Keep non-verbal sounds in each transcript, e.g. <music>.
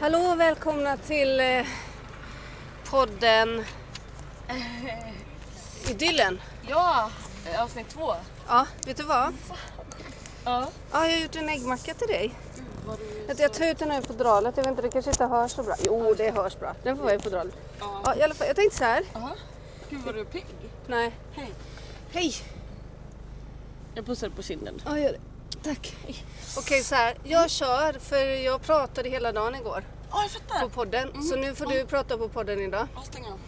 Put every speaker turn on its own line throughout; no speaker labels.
Hallå och välkomna till eh, podden eh, Idyllen.
Ja, avsnitt två.
Ja, vet du vad?
Ja.
Ja, jag har gjort en äggmacka till dig.
Var du...
Att Jag tar ut den här i fodralet, jag vet inte, det kanske inte hörs så bra. Jo, det hörs bra. Den får vara i fodralet.
Ja.
Ja, i alla fall, jag tänkte så här.
Aha. Gud vad du är pigg.
Nej.
Hej.
Hej!
Jag pussar på kinden.
Ja, gör det. Tack. Okej, så här. Jag kör, för jag pratade hela dagen igår
Ja, Mm. jag
på
fattar.
podden. Så nu får du prata på podden idag.
Ja, stäng av.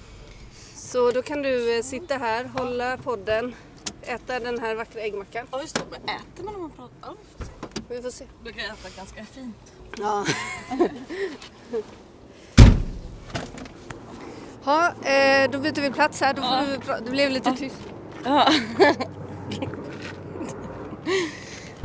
Så då kan du eh, sitta här, hålla podden, äta den här vackra äggmackan.
Ja, just det. Men äter man när man pratar? Ja, vi
Vi får
får se.
se.
Du kan äta ganska fint.
Ja. <laughs> Ha, eh, då byter vi plats här. Då får vi pra- det blev lite tyst.
Ja. <laughs>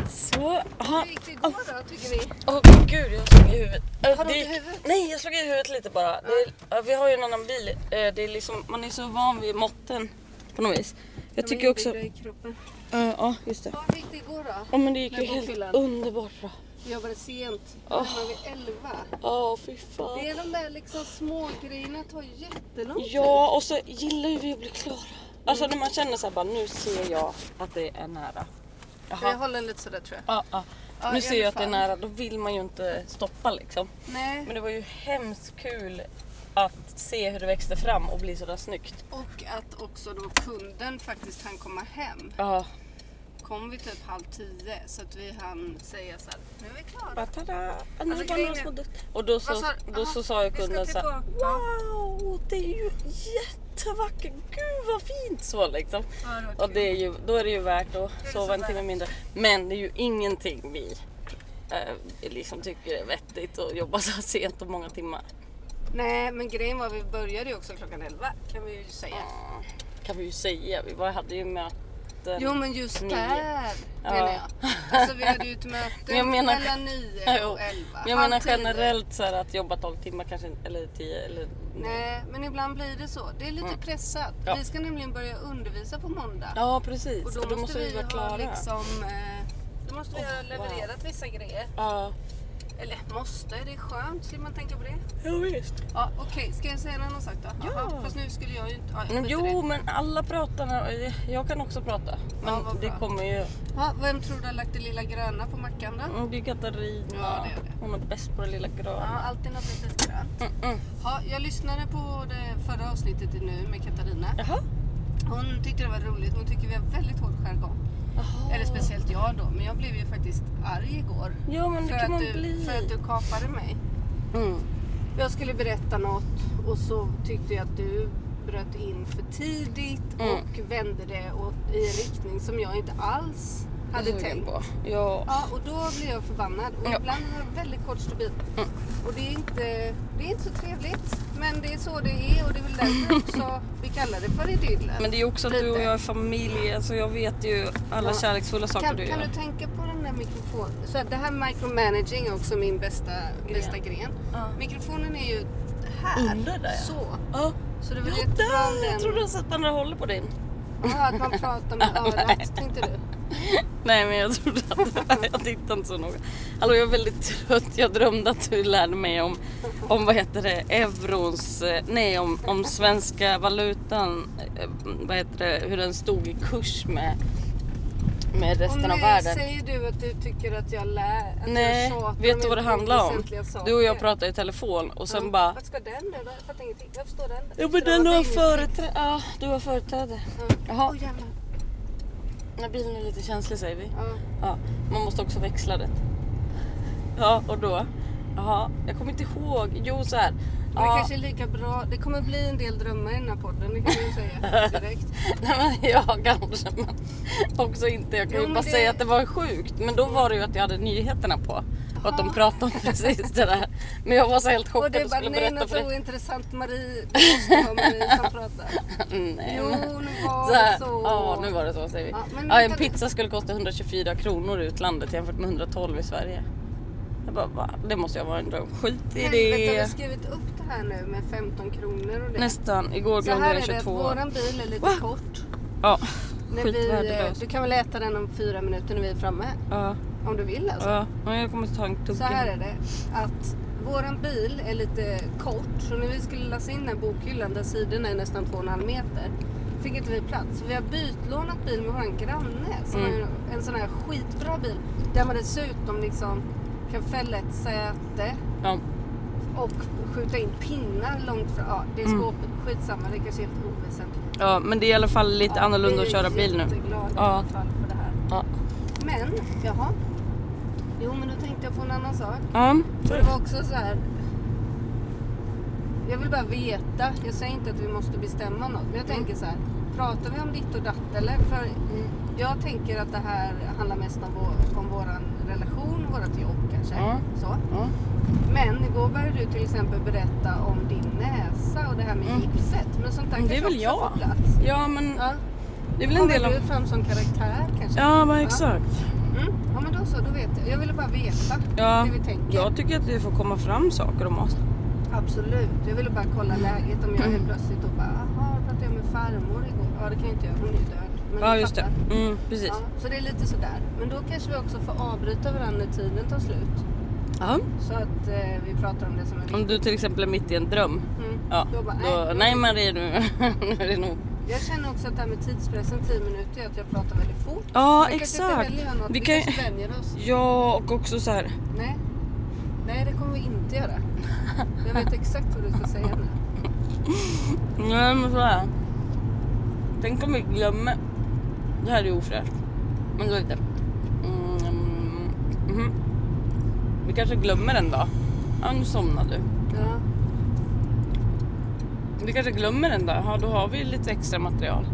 Så.
Hur
Aha.
gick det igår då, tycker ni?
Åh gud, jag slog i huvudet. Eh,
Har du
det
ont i
gick-
huvudet?
Nej, jag slog i huvudet lite bara. Det är, ja, vi har ju en annan bil. Eh, Det är liksom, man är så van vid måtten på något vis. Jag tycker också... Eh,
I kroppen.
Ja, just det.
Ja, hur gick det igår då?
Ja men det gick ju
Med
helt
bokhyllan.
underbart bra.
Vi jobbade sent. Vi lämnade vid elva.
Ja fy fan.
Det är de där liksom små grejerna tar ju jättelång tid.
Ja och så gillar ju vi att bli klara. Alltså när man känner såhär bara nu ser jag att det är nära.
Jag
Jaha.
håller den lite sådär tror jag.
Ja, ja.
Ja, i
Nu ser jag att det är
alla
nära, då vill man ju inte stoppa liksom.
Nej.
Men det var ju hemskt kul att se hur det växte fram och bli sådär snyggt.
Och att också då kunden faktiskt hann komma hem.
Ja.
Kom vi typ halv tio så att vi hann säga så här, nu är vi klara.
Bara tada! Ja, Nu Alltså, är det bara
grejen
några
är-
små dutt. Och då så,
Vad sa du?
då så
Aha,
sa ju
vi ska
kunden så här,
tillbaka.
Wow! Det är ju jättevackert! Gud vad fint! Så liksom.
Ja, det var
Och
kul.
det är ju, då är det ju värt att
det
sova
så
en timme
värt.
mindre. Men det är ju ingenting vi eh, liksom tycker är vettigt att jobba så här sent och många timmar.
Nej men grejen var vi började ju också klockan elva kan vi ju säga.
Kan vi ju säga. Vi var, hade ju möten. <laughs>
Jo men just
Nio.
där
Ja.
menar jag. Alltså vi hade ju ett möte
Men jag menar-
mellan nio
Jo.
och elva.
Jag
Halv
menar
tio.
generellt så här att jobba 12 timmar kanske eller 10 eller
Nej men ibland blir det så. Det är lite pressat.
Mm. Ja.
Vi ska nämligen börja undervisa på måndag.
Ja precis.
Och då, måste vi, ha liksom, eh, då måste vi ha levererat vissa grejer.
Ja.
Eller måste, det är skönt. Slipper man tänka på det.
Jo, visst.
Ja, Okej, ska jag säga en annan sak då?
Ja.
Jaha, fast nu skulle jag ju inte... Ja, jag
Men
skiter i det.
Mm, jo, men alla pratar. när- Jag kan också prata. Men
Ja, vad
det
bra.
kommer ju...
Ja, vem tror du har lagt det lilla gröna på mackan då?
Mm, Det är Katarina.
Ja, det är det.
Hon är bäst på det lilla gröna.
Ja, alltid något litet grönt.
Mm.
Ja, jag lyssnade på det förra avsnittet i nu med Katarina.
Jaha.
Hon tyckte det var roligt. Hon tycker vi har väldigt hård jargong.
Jaha.
Eller speciellt jag då, men jag blev ju faktiskt arg igår.
Ja, men det
För
kan
att,
man
du,
bli.
för att du kapade mig.
Mm.
Jag skulle berätta något och så tyckte jag att du bröt in för tidigt
Mm.
och vände det åt, i en riktning som jag inte alls hade
Jag är sugen
tänkt.
på. Ja.
Ja, och då blir jag förbannad. Och
Ja. Mm.
ibland är jag väldigt kort stabil. Och det är, inte, det är inte så trevligt. Men det är så det är och det är väl därför också vi kallar det för idyllen.
Men det är ju också att du och
Lite.
jag är familj. Alltså jag vet ju alla
Ja.
kärleksfulla saker
kan,
du
kan
gör.
du tänka på den där mikrofonen? Så att det här micromanaging är också min bästa gren. Bästa gren.
Ja.
Mikrofonen är ju här.
Under där, ja.
Så.
Ja.
Så det är väl
Ja,
jättebra om
där!
den...
Jag trodde jag satt andra hållet på din.
Ja, att man pratar
<laughs>
med örat tänkte du.
Nej men jag trodde att <laughs> jag tittade inte så noga. Hallå jag är väldigt trött. Jag drömde att du lärde mig om, om vad heter det, eurons, eh, nej om, om svenska valutan, eh, vad heter det, hur den stod i kurs med, med
Och
resten av
nu
världen.
säger du att du tycker att jag lär... Att
Nej,
jag tjatar
vet du vad det handlar om?
oväsentliga saker.
Du och jag pratade i telefon och sen bara...
Vart ska den då? Jag fattar ingenting. Varför står den där?
Jo men den har företräde. Ja, du har företräde.
Jaha.
Jaha, när bilen är lite känslig säger vi.
Ja.
Ja, man måste också växla rätt. Ja, och då? Jaha, jag kommer inte ihåg. Jo, så här.
Men det
Ja,
kanske är lika bra. Det kommer bli en del drömmar i den här podden, det kan jag ju säga
<laughs>
direkt.
<laughs> nej, men ja, kanske. Men också inte. Jag kan
Jo,
ju
men
bara
det-
säga att det var sjukt. Men då var det ju att jag hade nyheterna på. Och att de pratade om <laughs> precis det där. Men jag var så helt
Och
chockad
det
och
är bara,
skulle
nej
berätta
något
för dig.
ointressant Marie. Det måste vara Marie som pratar.
<laughs> Nej,
Jo,
men-
nu var
Så här,
det så.
Ja, nu var det så säger vi.
Ja, men
Ja, en
vänta nu.
pizza skulle kosta 124 kronor i utlandet jämfört med 112 i Sverige. Jag bara, va? Det måste jag vara en dröm. Skit i
Helvete, har
det.
vi skrivit upp det här nu med 15 kronor och det?
Nästan. Igår
så
glömde
här
jag
är det, att
22. Våran...
våran bil är lite
Va?
kort.
Ja,
När vi, eh,
skitvärdelös.
du kan väl äta den om fyra minuter när vi är framme?
Ja.
Om du vill alltså.
Ja, men jag kommer ta en tugga.
Så här är det. Att våran bil är lite kort. Så när vi skulle lassa in den här bokhyllan där sidorna är nästan 2,5 meter. Fick inte vi plats. Så vi har bytlånat bil med våran granne. Som
Mm.
har en- en sån här skitbra bil. Där man dessutom liksom kan fälla ett säte.
Ja.
Och skjuta in pinnar långt fram. Ja, det är
Mm.
skåpet. Skitsamma, det kanske är helt oväsentligt.
ja, men det är i alla fall lite
Ja,
annorlunda att köra bil
Vi är
nu.
jätteglada i
Ja.
alla fall för det här.
Ja,
Men, jaha. Jo, men då tänkte jag på en annan sak.
ja.
Och det var också så här. Jag vill bara veta. Jag säger inte att vi måste bestämma något. Men jag
Mm.
tänker så här. Pratar vi om ditt och datt eller? För i- jag tänker att det här handlar mest om vår, om våran relation, vårat jobb kanske.
Ja.
Så.
ja.
Men igår började du till exempel berätta om din näsa och det här med
Mm.
gipset. Men sånt där
Men det är
kanske
väl
också
jag.
får plats.
ja men
Ja.
det är väl en
Kommer
del av...
du fram som karaktär kanske?
Ja men exakt.
Mm. Ja men då så, då vet jag. Jag ville bara veta
Ja,
det vi tänker.
jag tycker att det får komma fram saker om oss.
Absolut, jag ville bara kolla läget om jag helt
Mm.
plötsligt och bara jaha, pratade jag med farmor igår? Ja det kan jag inte göra, hon är ju död. Men
Ja
du
just det.
fattar.
Mm, precis.
Ja, så det är lite sådär. Men då kanske vi också får avbryta varandra när tiden tar slut.
Ja.
Så att eh, vi pratar om det som är
Om
viktigt.
du till exempel är mitt i en dröm.
Mm.
Ja,
Då bara, nej,
då,
då-
nej Marie nu, nu <laughs> är det nog.
Jag känner också att det här med tidspressen, 10 minuter, gör att jag pratar väldigt fort.
Ja
Vi kanske inte
exakt.
heller gör något, vi,
Vi kan...
kanske vänjer oss.
Ja och också så här.
Nej. nej, det kommer vi inte göra. Jag vet exakt vad du ska säga
<laughs>
nu.
Nej men så här. Tänk om vi glömmer. Det här är ofräscht. Men då inte. Mm, mhm. Vi kanske glömmer en dag. Ja nu somnade du.
Ja.
Vi kanske glömmer en dag. Ja då har vi lite extra material.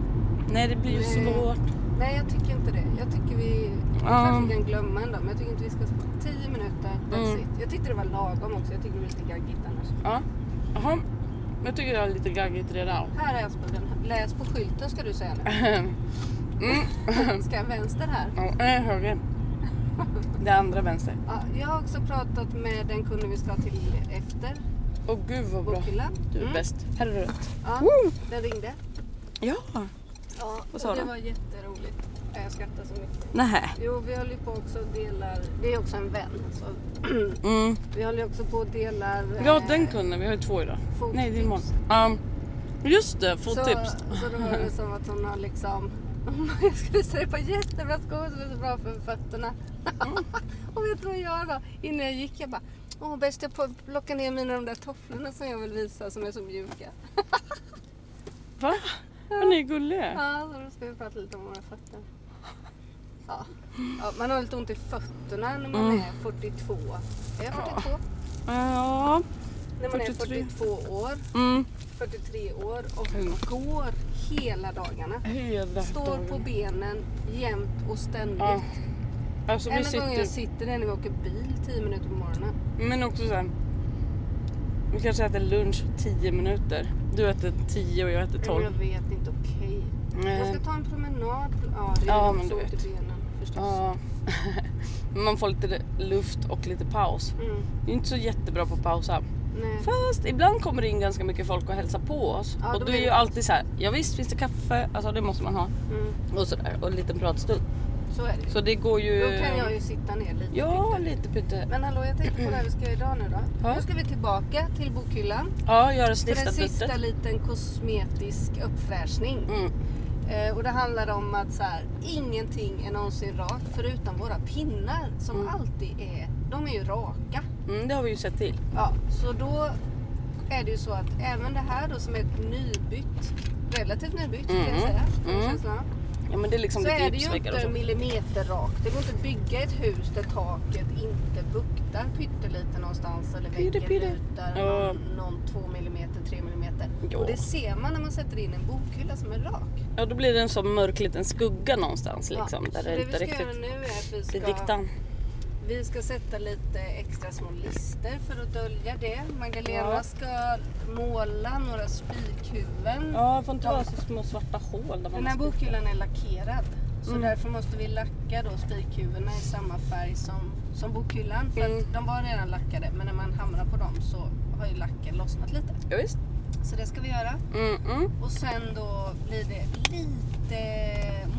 Nej det blir ju
Nej.
svårt.
Nej, jag tycker inte det. Jag tycker vi... Det är
Ja.
klart vi kan glömma en dag, men jag tycker inte vi ska... 10 minuter, that's
Mm.
it. Jag tyckte det var lagom också. Jag tyckte det var lite gaggigt annars.
Ja. Jaha. Jag tycker det är lite gaggigt redan. <laughs>
Här är Aspudden. Läs på skylten ska du säga
Mm.
nu. Ska jag vänster här?
Ja, eh, höger. Det andra vänster.
Ja, jag har också pratat med den kunden vi ska till efter
Åh gud vad bra.
bokhyllan.
Du är
Mm.
bäst. Här är rött.
Ja,
Woo!
den ringde.
Ja.
Ja, och
sa
det
de?
var jätteroligt. Ja, Jag skrattar så mycket.
Nähä.
Jo, vi håller ju på också och delar... Det är också en vän. Så
Mm.
vi håller ju också på och delar...
Ja
eh,
den kunden. Vi har ju två idag.
fottips.
Nej det är imorgon. Ja. just det, fottips.
Så, så då var det som att hon har liksom... <laughs> Jag skulle visa dig på jättebra skor som är så bra för fötterna. <laughs> och vet du vad jag gör då? Innan jag gick jag bara... Åh bäst jag på- plockar ner mina de där tofflorna som jag vill visa som är så mjuka.
Va? Vad ni är gulliga.
Ja, så då ska vi prata lite om våra fötter. Ja. ja, man har lite ont i fötterna när man
Mm.
är 42. Är jag 42?
Ja.
När man
43.
är 42 år,
Mm.
43 år och
Mm.
går hela dagarna.
Hela
Står
dagen.
på benen jämt och ständigt.
Ja. Alltså vi
Enda gången jag
sitter...
sitter där när vi åker bil 10 minuter på morgonen.
Men också såhär. Vi kanske äter lunch 10 minuter. Du äter 10 och jag äter Eh,
Men Jag
12.
vet inte, okej. Jag
Nej.
ska ta en promenad. Ja, det
Ja,
gör
men
också
du
ont i benen förstås.
Ja. <laughs> Man får lite luft och lite paus.
Mm,
Det är inte så jättebra på att pausa.
nej.
Fast ibland kommer det in ganska mycket folk och hälsar på oss.
Ja, då
och du
blir
är ju
det-
alltid så här. Ja visst finns det kaffe, alltså det måste man ha.
Mm,
Och sådär och en liten pratstund.
så är det ju.
Så det går ju...
Då kan jag ju sitta ner lite.
Eh. Ja,
tyckte.
lite pytte.
Men hallå, jag tänkte på det här vi ska göra idag nu då.
Ja.
Nu ska vi tillbaka till bokhyllan.
Ja, göra
För en
sista
sista
duttet.
liten kosmetisk uppfräschning.
Mm.
Eh, och det handlar om att så här, ingenting är någonsin rakt förutom våra pinnar som
Mm.
alltid är, de är ju raka.
Mm, det har vi ju sett till.
Ja, så då är det ju så att även det här då som är ett nybytt, relativt nybytt kan
Mm.
jag säga, får jag
Mm.
känslan av,
Ja men det är liksom
så
lite
är det ju
gipsväggar och
inte
så.
millimeter rakt. Det går inte att bygga ett hus där taket inte buktar pyttelite någonstans eller
Pytte,
väggen
pytte.
lutar
Ja.
någon, någon 2 millimeter, 3 millimeter.
Ja.
Och det ser man när man sätter in en bokhylla som är rak.
Ja då blir det en sån mörk liten skugga någonstans liksom.
så
Där
det
det
vi
inte
ska göra
riktigt
nu är att vi
blir
ska, Mm.
diktan.
vi ska sätta lite extra små lister för att dölja det. Magdalena
Ja.
ska måla några spikhuvuden.
Ja, det får inte
Ja.
vara så små svarta hål där man
Den här
måste-
bokhyllan är lackerad. Så
Mm.
därför måste vi lacka då spikhuvudena i samma färg som, som bokhyllan. För
Mm.
att de var redan lackade men när man hamrar på dem så har ju lacken lossnat lite.
Ja, visst.
Så det ska vi göra.
Mm, mm.
Och sen då blir det lite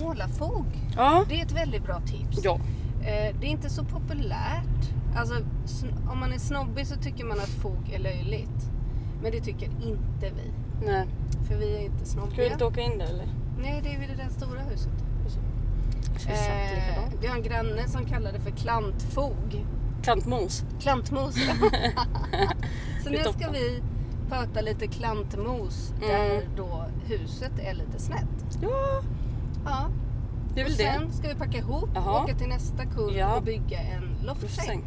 målarfog.
Ja.
Det är ett väldigt bra tips.
Ja.
Eh, det är inte så populärt. Alltså, sn- om man är snobbig så tycker man att fok är löjligt. Men det tycker inte vi.
Nej.
För vi är inte
Ska vi
snobbiga.
inte åka in där eller?
Nej, det är vid det där stora huset.
Vi satt
Eh,
likadant.
vi har en granne som kallar det för klantfog.
Klantmos.
<laughs>
<laughs>
Klantmos. så nu ska
toppen. Mm.
vi pöta lite klantmos där då huset är lite snett.
Ja,
Ja,
det är
och
väl det.
sen ska vi packa ihop och
Jaha.
åka till nästa kund
Ja.
och bygga en loftsäng.
Säng.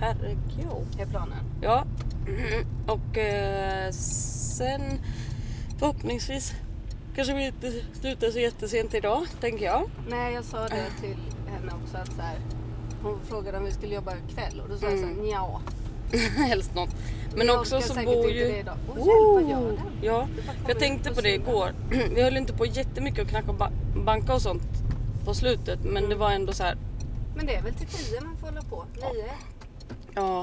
Herregud.
Är planen.
Ja. <clears throat> Mm. Och eh, sen förhoppningsvis kanske vi inte slutar så jättesent idag, tänker jag. <laughs>
Nej, jag sa det till henne också att så här, hon frågade om vi skulle jobba kväll och då sa jag så här, nja.
Helst något. Mm. Men
jag
också
orkar
så
säkert
bor
inte
ju...
det idag. Åh, hjälp, vad gör
Oh!
den?
Ja,
Det bara
jag
kommer
tänkte
ut
på det
sidan.
igår. <clears throat> Vi höll inte på jättemycket och knacka och ba- banka och sånt på slutet. Men
Mm.
det var ändå så här...
Men det är väl till tio man får hålla på. Nio.
Ja,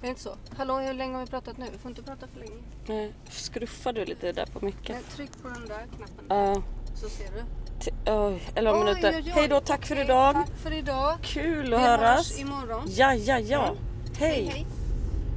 Är det inte så? Hallå, hur länge har vi pratat nu? Vi får inte prata för länge.
nu skruffar du lite där på micken.
Nej, tryck på den där knappen
Ja,
så ser du.
t- oj, 11
Oj,
minuter.
oj, oj.
Hej då, tack för
Okej,
idag.
Tack för idag.
Kul
Vi
att
hörs
höras.
imorgon.
Ja, ja, ja.
Mm. hej.
Hej.
hej.